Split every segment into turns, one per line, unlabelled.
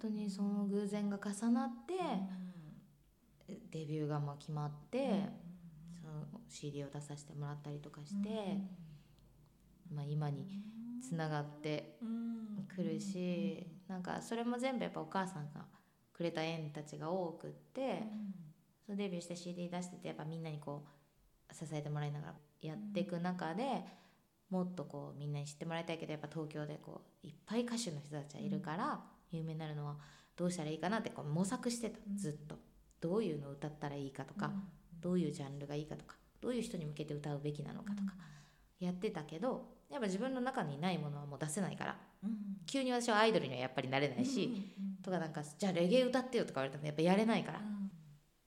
当にその偶然が重なって、デビューがまあ決まって、その CD を出させてもらったりとかして、まあ、今につながってくるし、なんかそれも全部やっぱお母さんがくれた縁たちが多くって、そうデビューして CD 出しててやっぱみんなにこう支えてもらいながらやっていく中で、もっとこうみんなに知ってもらいたいけどやっぱ東京でこういっぱい歌手の人たちがいるから、有名になるのはどうしたらいいかなってこう模索してた
うん
ずっと、どういうのを歌ったらいいかとか、どういうジャンルがいいかとかどういう人に向けて歌うべきなのかとかやってたけどやっぱ自分の中にないものはもう出せないから急に私はアイドルにはやっぱりなれないし、とかなんかじゃあレゲエ歌ってよとか言われたらやっぱやれないから、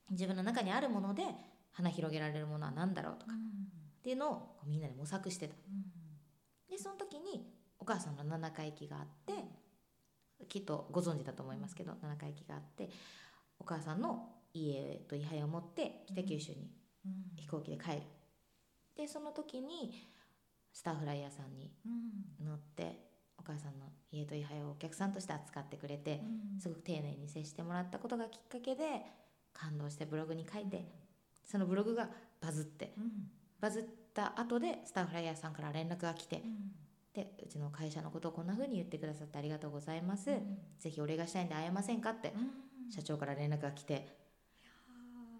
自分の中にあるもので花広げられるものは何だろうとかっていうのをこうみんなで模索してたでその時にお母さんの七回忌があってきっとご存知だと思いますけど七回忌があってお母さんの家と位牌を持って北九州に飛行機で帰るでその時にスターフライヤーさんに乗ってお母さんの家と位牌をお客さんとして扱ってくれてすごく丁寧に接してもらったことがきっかけで感動してブログに書いてそのブログがバズってバズった後でスターフライヤーさんから連絡が来てでうちの会社のことをこんな風に言ってくださってありがとうございます、ぜひお礼がしたいんで会えませんかって社長から連絡が来て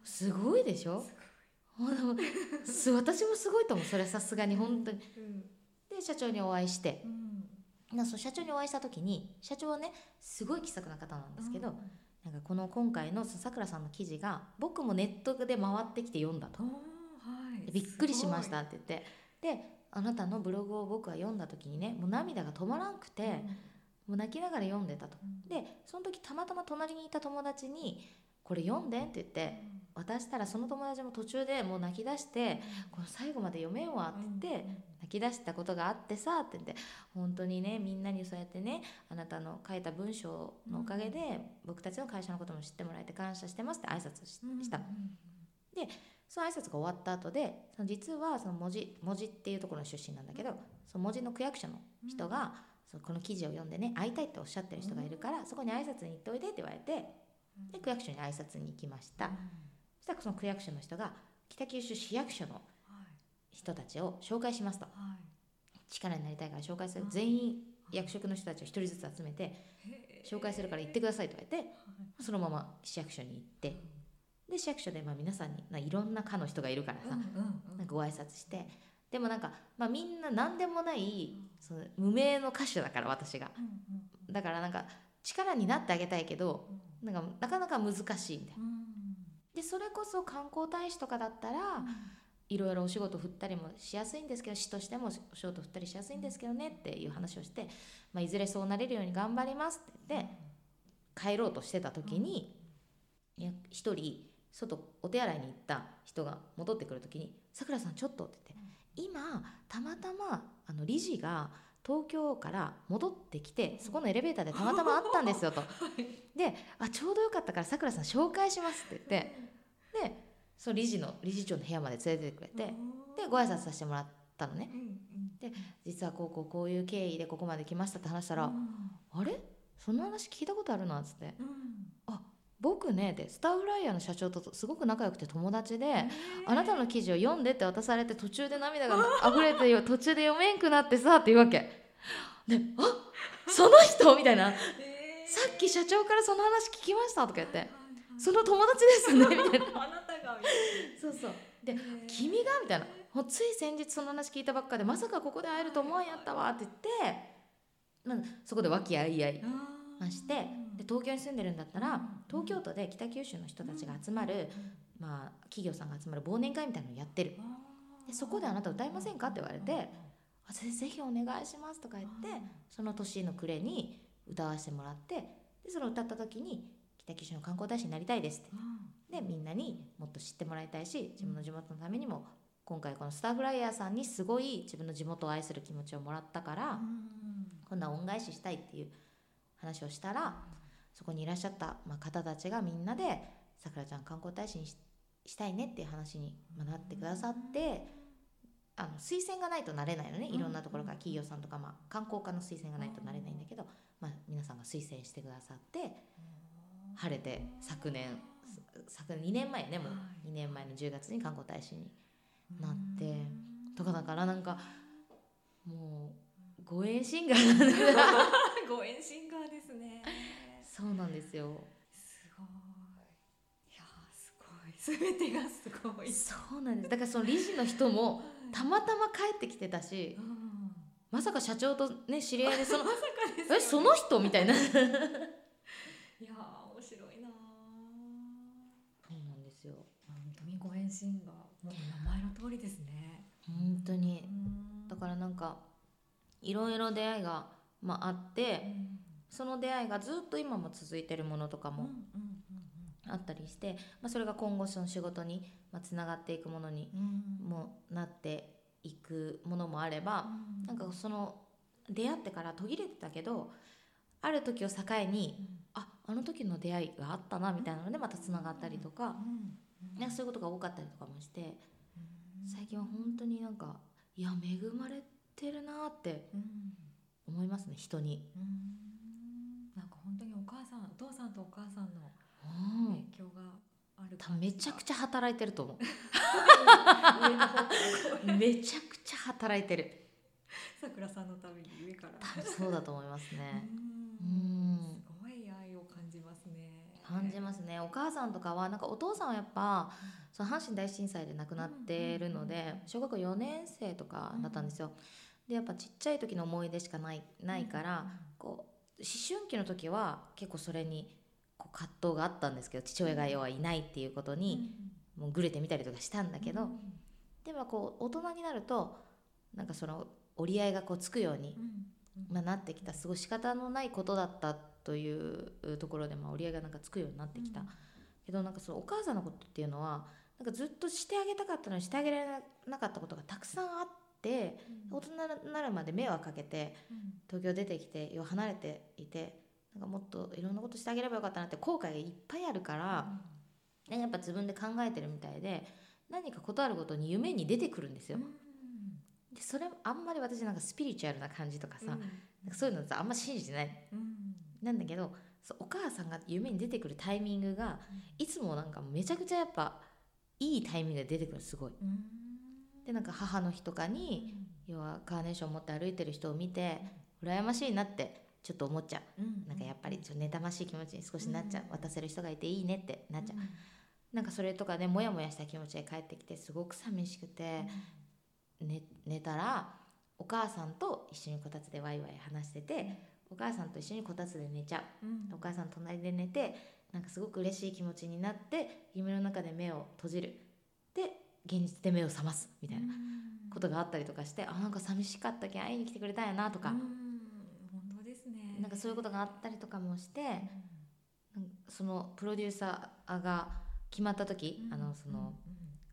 すごいでしょ ほんます私もすごいと思うそれはさすがに本当にで社長にお会いしてなそう社長にお会いした時に社長はねすごい気さくな方なんですけど、なんかこの今回のさくらさんの記事が僕もネットで回ってきて読んだとでびっくりしましたって言ってであなたのブログを僕は読んだ時にねもう涙が止まらんくて、もう泣きながら読んでたと、
うん
でその時たまたま隣にいた友達に「これ読んで」って言って渡したらその友達も途中でもう泣き出して「この最後まで読めんわ」って言って、泣き出したことがあってさって言って本当にねみんなにそうやってねあなたの書いた文章のおかげで、僕たちの会社のことも知ってもらえて感謝してますって挨拶し,、したその挨拶が終わった後でその実はその文字文字っていうところの出身なんだけど、その文字の区役所の人が、そのこの記事を読んでね会いたいっておっしゃってる人がいるから、そこに挨拶に行っておいでって言われてで区役所に挨拶に行きました、そしたらその区役所の人が北九州市役所の人たちを紹介しますと力になりたいから紹介する
うん
全員役職の人たちを一人ずつ集めて紹介するから行ってくださいと言われてそのまま市役所に行ってで市役所でまあ皆さんにないろんな課の人がいるからさなんかご挨拶してでもなんか、まあ、みんな何でもないその無名の歌手だから私がだからなんか力になってあげたいけどなんかなかなか難しいみたいなでそれこそ観光大使とかだったらいろいろお仕事振ったりもしやすいんですけど市としてもお仕事振ったりしやすいんですけどねっていう話をして、まあ、いずれそうなれるように頑張りますって言って帰ろうとしてた時にいや一人外お手洗いに行った人が戻ってくる時に「さくらさんちょっと」って言って今たまたまあの理事が東京から戻ってきてそこのエレベーターでたまたま会ったんですよと。であちょうどよかったからさくらさん紹介しますって言ってでその理事の理事長の部屋まで連れてってくれてでご挨拶させてもらったのね実はこうこうこういう経緯でここまで来ましたって話したら「あれその話聞いたことあるな」っつって「僕ね」ってスターフライヤーの社長とすごく仲良くて友達で「あなたの記事を読んで」って渡されて途中で涙が溢れてよ途中で読めんくなってさって言うわけ。で「あその人!」みたいな「さっき社長からその話聞きました」とか言って「その友達ですね」みたいな。
あなたが
そうそうで君がみたいなもうつい先日その話聞いたばっかでまさかここで会えると思わんやったわって言って、まあ、そこで和気あいあいでまして東京に住んでるんだったら東京都で北九州の人たちが集まる、まあ、企業さんが集まる忘年会みたいなのをやってるでそこであなた歌いませんかって言われて「あぜぜひお願いします」とか言ってその年の暮れに歌わせてもらってでその歌った時に「北九州の観光大使になりたいです」ってでみんなにもっと知ってもらいたいし自分の地元のためにも今回このスターフライヤーさんにすごい自分の地元を愛する気持ちをもらったから、こんな恩返ししたいっていう話をしたらそこにいらっしゃった、まあ、方たちがみんなで「さくらちゃん観光大使にししたいね」っていう話にまあなってくださって、あの推薦がないとなれないのね、
うん
いろんなところから企業さんとか、まあ、観光課の推薦がないとなれないんだけど、まあ、皆さんが推薦してくださって晴れて昨年す昨年2年前ねもう
はい
2年前の10月に観光大使になってとかだからなんかもうご縁シンガー
ご縁シンガーですね
そうなんですよ
すごいいやーすごい全てがすごい
そうなんですだからその理事の人もたまたま帰ってきてたし
うん
まさか社長とね知り合いでその
まさかですよね
えその人みたいなそ
いやー面白いなー
うなんですよ
本当にご縁シンガーもう名前の通りですね
本当に
うん
だからなんかいろいろ出会いが、まあ、あっ
う
て
ん
その出会いがずっと今も続いてるものとか
うんう
も
ん
あったりして、まあ、それが今後その仕事につながっていくものに
うんうん
もなっていくものもあればなんかその出会ってから途切れてたけどある時を境にああの時の出会いがあったなみたいなのでまたつながったりとか、
うん
ね、そういうことが多かったりとかもして
うん
最近は本当になんかいや恵まれてるなって
うん
思いますね人に。
うんなんか本当にお母さんお父さんとお母さんの
うん
影響がある
多分めちゃくちゃ働いてると思
ゃ上の方か らこ
うめちゃくちゃ働いてる
うさくらさんのために上から
多分そうだと思いますねう
うん
ん
すごい愛を感じますね
感じ
ま
ますねお母さんとかはなんかお父さんはやっぱその阪神大震災で亡くなってるの
うんうん
で
うん
小学校4年生とかだったんですよでやっぱちっちゃい時の思い出しかないないからこう思春期の時は結構それにこう葛藤があったんですけど父親が要はいないっていうことにもうぐれてみたりとかしたんだけど、でもこう大人になるとなんかその折り合いがこうつくように、まあ、なってきたすごい仕方のないことだったというところで、まあ、折り合いがなんかつくようになってきた、けどなんかそのお母さんのことっていうのはなんかずっとしてあげたかったのにしてあげられなかったことがたくさんあって大人になるまで迷惑かけて東京出てきて要は離れていてなんかもっといろんなことしてあげればよかったなって後悔がいっぱいあるから。ねやっぱ自分で考えてるみたいで何かことあるごとに夢に出てくるんですよ。でそれあんまり私なんかスピリチュアルな感じとかさ、なんかそういうのさあんま信じてないなんだけどそうお母さんが夢に出てくるタイミングがいつもなんかめちゃくちゃやっぱいいタイミングで出てくるすごい。でなんか母の日とかに要はカーネーション持って歩いてる人を見て羨ましいなってちょっと思っちゃうなんかやっぱりちょっと妬ましい気持ちに少しなっちゃう渡せる人がいていいねってなっちゃうなんかそれとかねモヤモヤした気持ちで帰ってきてすごく寂しくて、寝寝たらお母さんと一緒にこたつでワイワイ話しててお母さんと一緒にこたつで寝ちゃうお母さん隣で寝てなんかすごく嬉しい気持ちになって夢の中で目を閉じるで現実で目を覚ますみたいなことがあったりとかしてあなんか寂しかったけん会いに来てくれたんやなとか、
本当ですね
なんかそういうことがあったりとかもして。なんかそのプロデューサーが決まった時、あのその、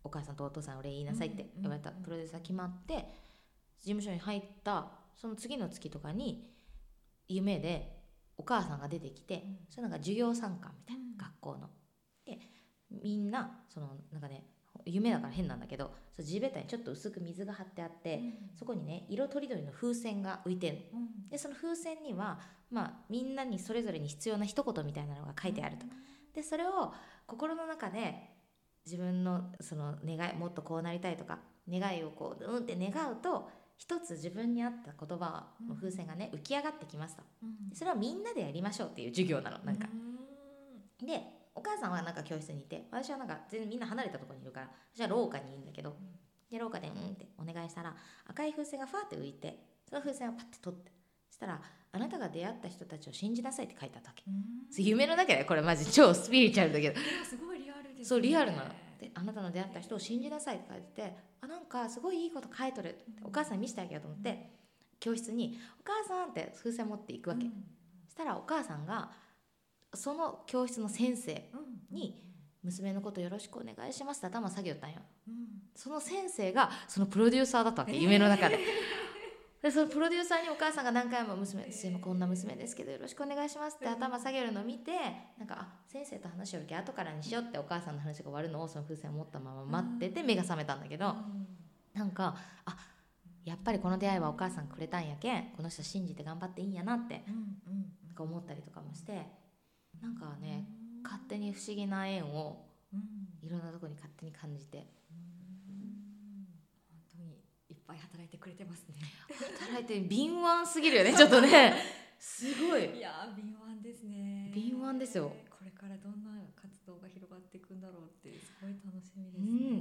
お母さんとお父さんお礼言いなさいって言われた
うんうんうん
プロデューサー決まって事務所に入ったその次の月とかに夢でお母さんが出てきてそれなんか授業参観みたい
うん
な学校の。でみんなそのなんかね夢だから変なんだけどその地べたにちょっと薄く水が張ってあってそこにね色とりどりの風船が浮いてるでその風船には、まあ、みんなにそれぞれに必要な一言みたいなのが書いてあると。でそれを心の中で自分のその願いもっとこうなりたいとか願いをこううんって願うと一つ自分に合った言葉の風船がね浮き上がってきますとでそれはみんなでやりましょうっていう授業なのなんか。でお母さんはなんか教室にいて私はなんか全然みんな離れたところにいるから私は廊下にいるんだけどで廊下でうんってお願いしたら赤い風船がファーって浮いてその風船をパッて取ってそしたら「あなたが出会った人たちを信じなさい」って書いてあったわけ。夢の中でこれマジ超スピリチュアルだけど
すごいリアルです
そうリアルなの。であなたの出会った人を信じなさいって書いててあなんかすごいいいこと書いとるってお母さんに見せてあげようと思って教室に「お母さん」って風船持っていくわけ、したらお母さんがその教室の先生に「娘のことよろしくお願いします」って頭下げよったんよその先生がそのプロデューサーだったわけ夢の中で。でそのプロデューサーにお母さんが何回も娘「すいませんこんな娘ですけどよろしくお願いします」って頭下げるのを見てなんか「あ先生と話しよるけ後からにしよう」ってお母さんの話が終わるのをその風船を持ったまま待ってて目が覚めたんだけどなんかあやっぱりこの出会いはお母さんくれたんやけんこの人信じて頑張っていいんやなって
うんうん
なんか思ったりとかもしてなんか
うん
ね勝手に不思議な縁を
うん
いろんなとこに勝手に感じて
うん本当にいっぱい働いてくれてますね
働いて敏腕すぎるよねちょっとねすごい
いやー敏腕ですね
敏腕ですよ
これからどんな活動が広がっていくんだろうってすごい楽しみです
うん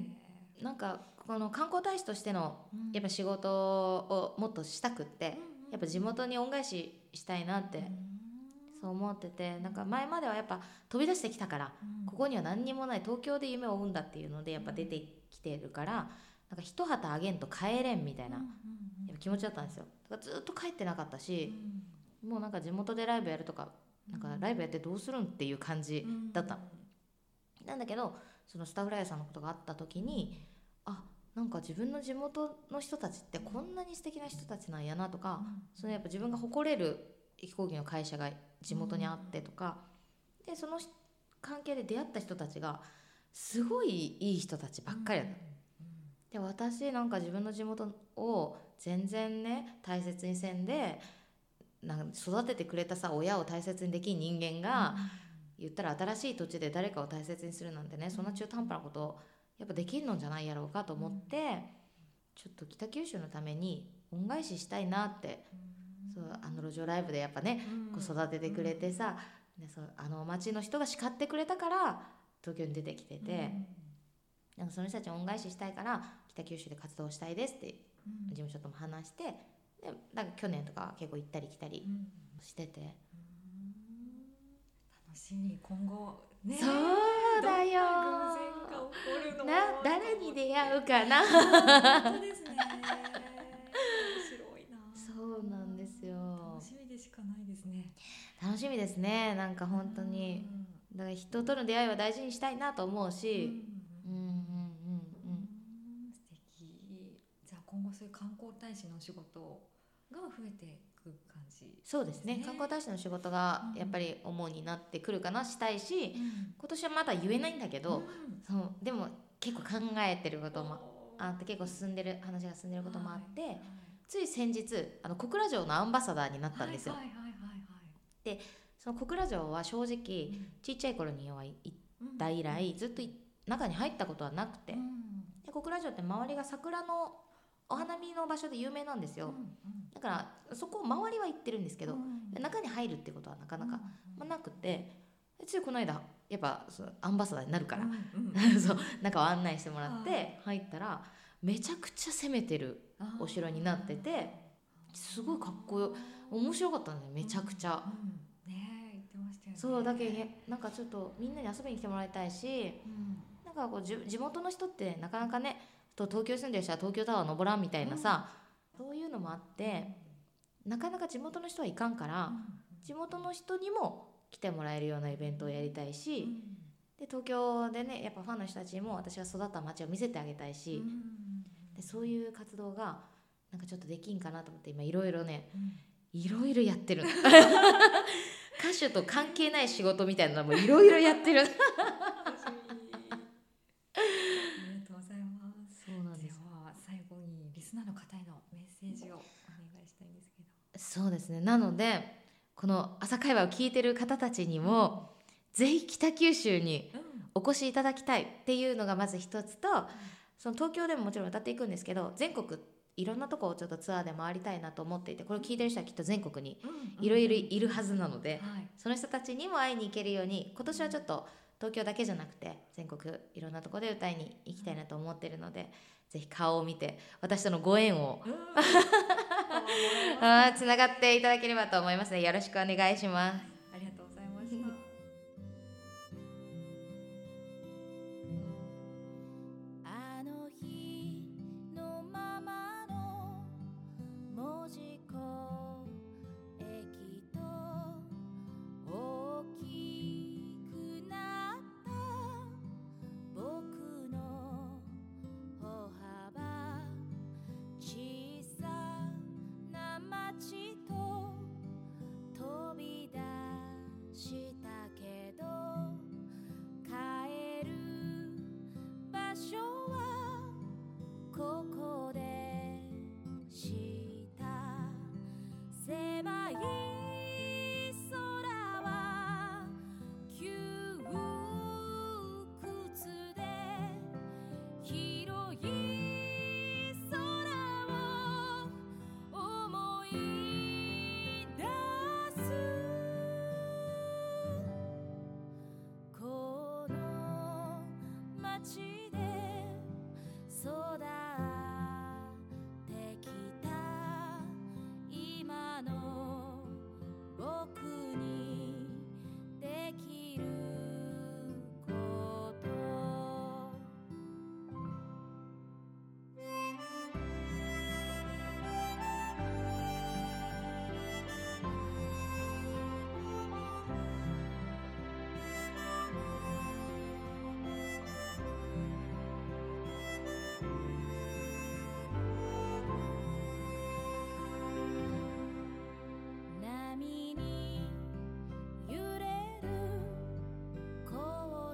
ね、
なんかこの観光大使としての
うん
やっぱ仕事をもっとしたくってやっぱ地元に恩返ししたいなってそう思っててなんか前まではやっぱ飛び出してきたからここ
に
には何にもない東京で夢を追うんだっていうのでやっぱ出てきてるからなんか一旗あげんと帰れんみたいなやっぱ気持ちだったんですよだからずっと帰ってなかったしもうなんか地元でライブやるとかなんかライブやってどうするんっていう感じだったなんだけどそのスタフライヤーさんのことがあった時にあなんか自分の地元の人たちってこんなに素敵な人たちなんやなとか、そのやっぱ自分が誇れる飛行機の会社が地元にあってとか、でその関係で出会った人たちがすごいいい人たちばっかりだった、で私なんか自分の地元を全然ね大切にせんでなんか育ててくれたさ親を大切にできん人間が、言ったら新しい土地で誰かを大切にするなんてねそんな中途半端なことやっぱできるのじゃないやろうかと思って、ちょっと北九州のために恩返ししたいなって、そうあの路上ライブでやっぱね、こう育ててくれてさ、でそうあの町の人が叱ってくれたから東京に出てきてて、なんかその人たちに恩返ししたいから北九州で活動したいですって事務所とも話してでなんか去年とかは結構行ったり来たりしてて。
楽しみ今後ね
そうだよ
どんな偶然が起こるの
な誰に出会うかな
本当ですね面白いな
そうなんですよ
楽しみでしかないですね
楽しみですねなんか本当にだから人との出会いは大事にしたいなと思う
うん
し、うん、うんうんうん
うん素敵じゃあ今後そういう観光大使のお仕事が増えていく感じ
そうですね
ね
観光大使の仕事が
うん
やっぱり主になってくるかなしたいし今年はまだ言えないんだけど、
うん
そうでも結構考えてることもあって結構進んでる話が進んでることもあって、
はいはい
つい先日あの小倉城のアンバサダーになったんですよ、
はいはいはい
その小倉城は正直
はい
ちっちゃい頃には行っ
うん
た以来ずっとい中に入ったことはなくて、
うん
で小倉城って周りが桜のお花見の場所で有名なんですよ、
うん
だからそこを周りは行ってるんですけど、
うん
中に入るってことはなかなか、
うん
まあ、なくてついこの間やっぱそうアンバサダーになるから
う、んう ん
そう中を案内してもらっ
は
て入ったらめちゃくちゃ攻めてる
あー
お城になっててすごいかっこよ面白かったんだよめちゃくちゃ、
うんねえ言ってましたよね
そうだけどなんかちょっとみんなに遊びに来てもらいたいし
うん
なんかこうじゅ地元の人ってなかなかねと東京住んでる人は東京タワー登らんみたいなさ、そういうのもあってなかなか地元の人はいかんから、地元の人にも来てもらえるようなイベントをやりたいし、で東京でねやっぱファンの人たちにも私が育った街を見せてあげたいし、でそういう活動がなんかちょっとできんかなと思って今いろいろねいろいろやって るの歌手と関係ない仕事みたいなのもいろいろやってる
楽しみありがとうございます
そうなん
で
です
は最後にリスナーの方へのメッセージをお願いしたいんですけど
そうですねなのでこの朝会話を聞いてる方たちにもぜひ北九州にお越しいただきたいっていうのがまず一つとその東京でももちろん歌っていくんですけど全国いろんなとこをちょっとツアーで回りたいなと思っていてこれを聞いてる人はきっと全国にいろいろいるはずなので
はい
その人たちにも会いに行けるように今年はちょっと東京だけじゃなくて全国いろんなとこで歌いに行きたいなと思ってるのでぜひ顔を見て私とのご縁を
うん
あーつながっていただければと思いますねよろしくお願いします。
ありがとうございました
あの日のままの文字工駅と大きくなった僕の歩幅小さな街と飛び出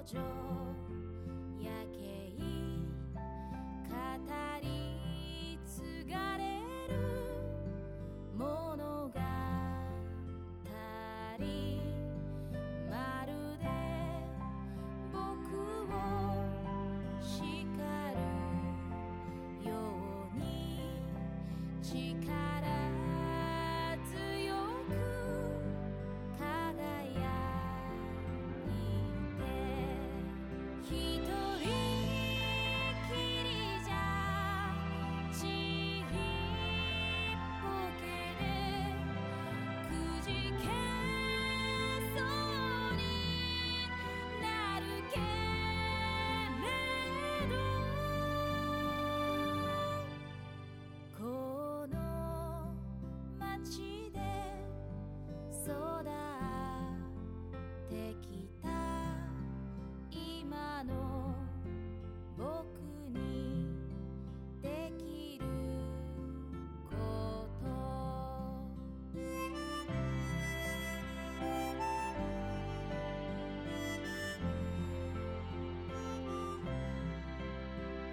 情夜景語り継がれる物語まるで僕を叱るように力強く「輝いて」「ひとりきりじゃちいっぽけで」「くじけそうになるけれど」「この街で」育ってきた今の僕にできること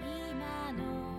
今の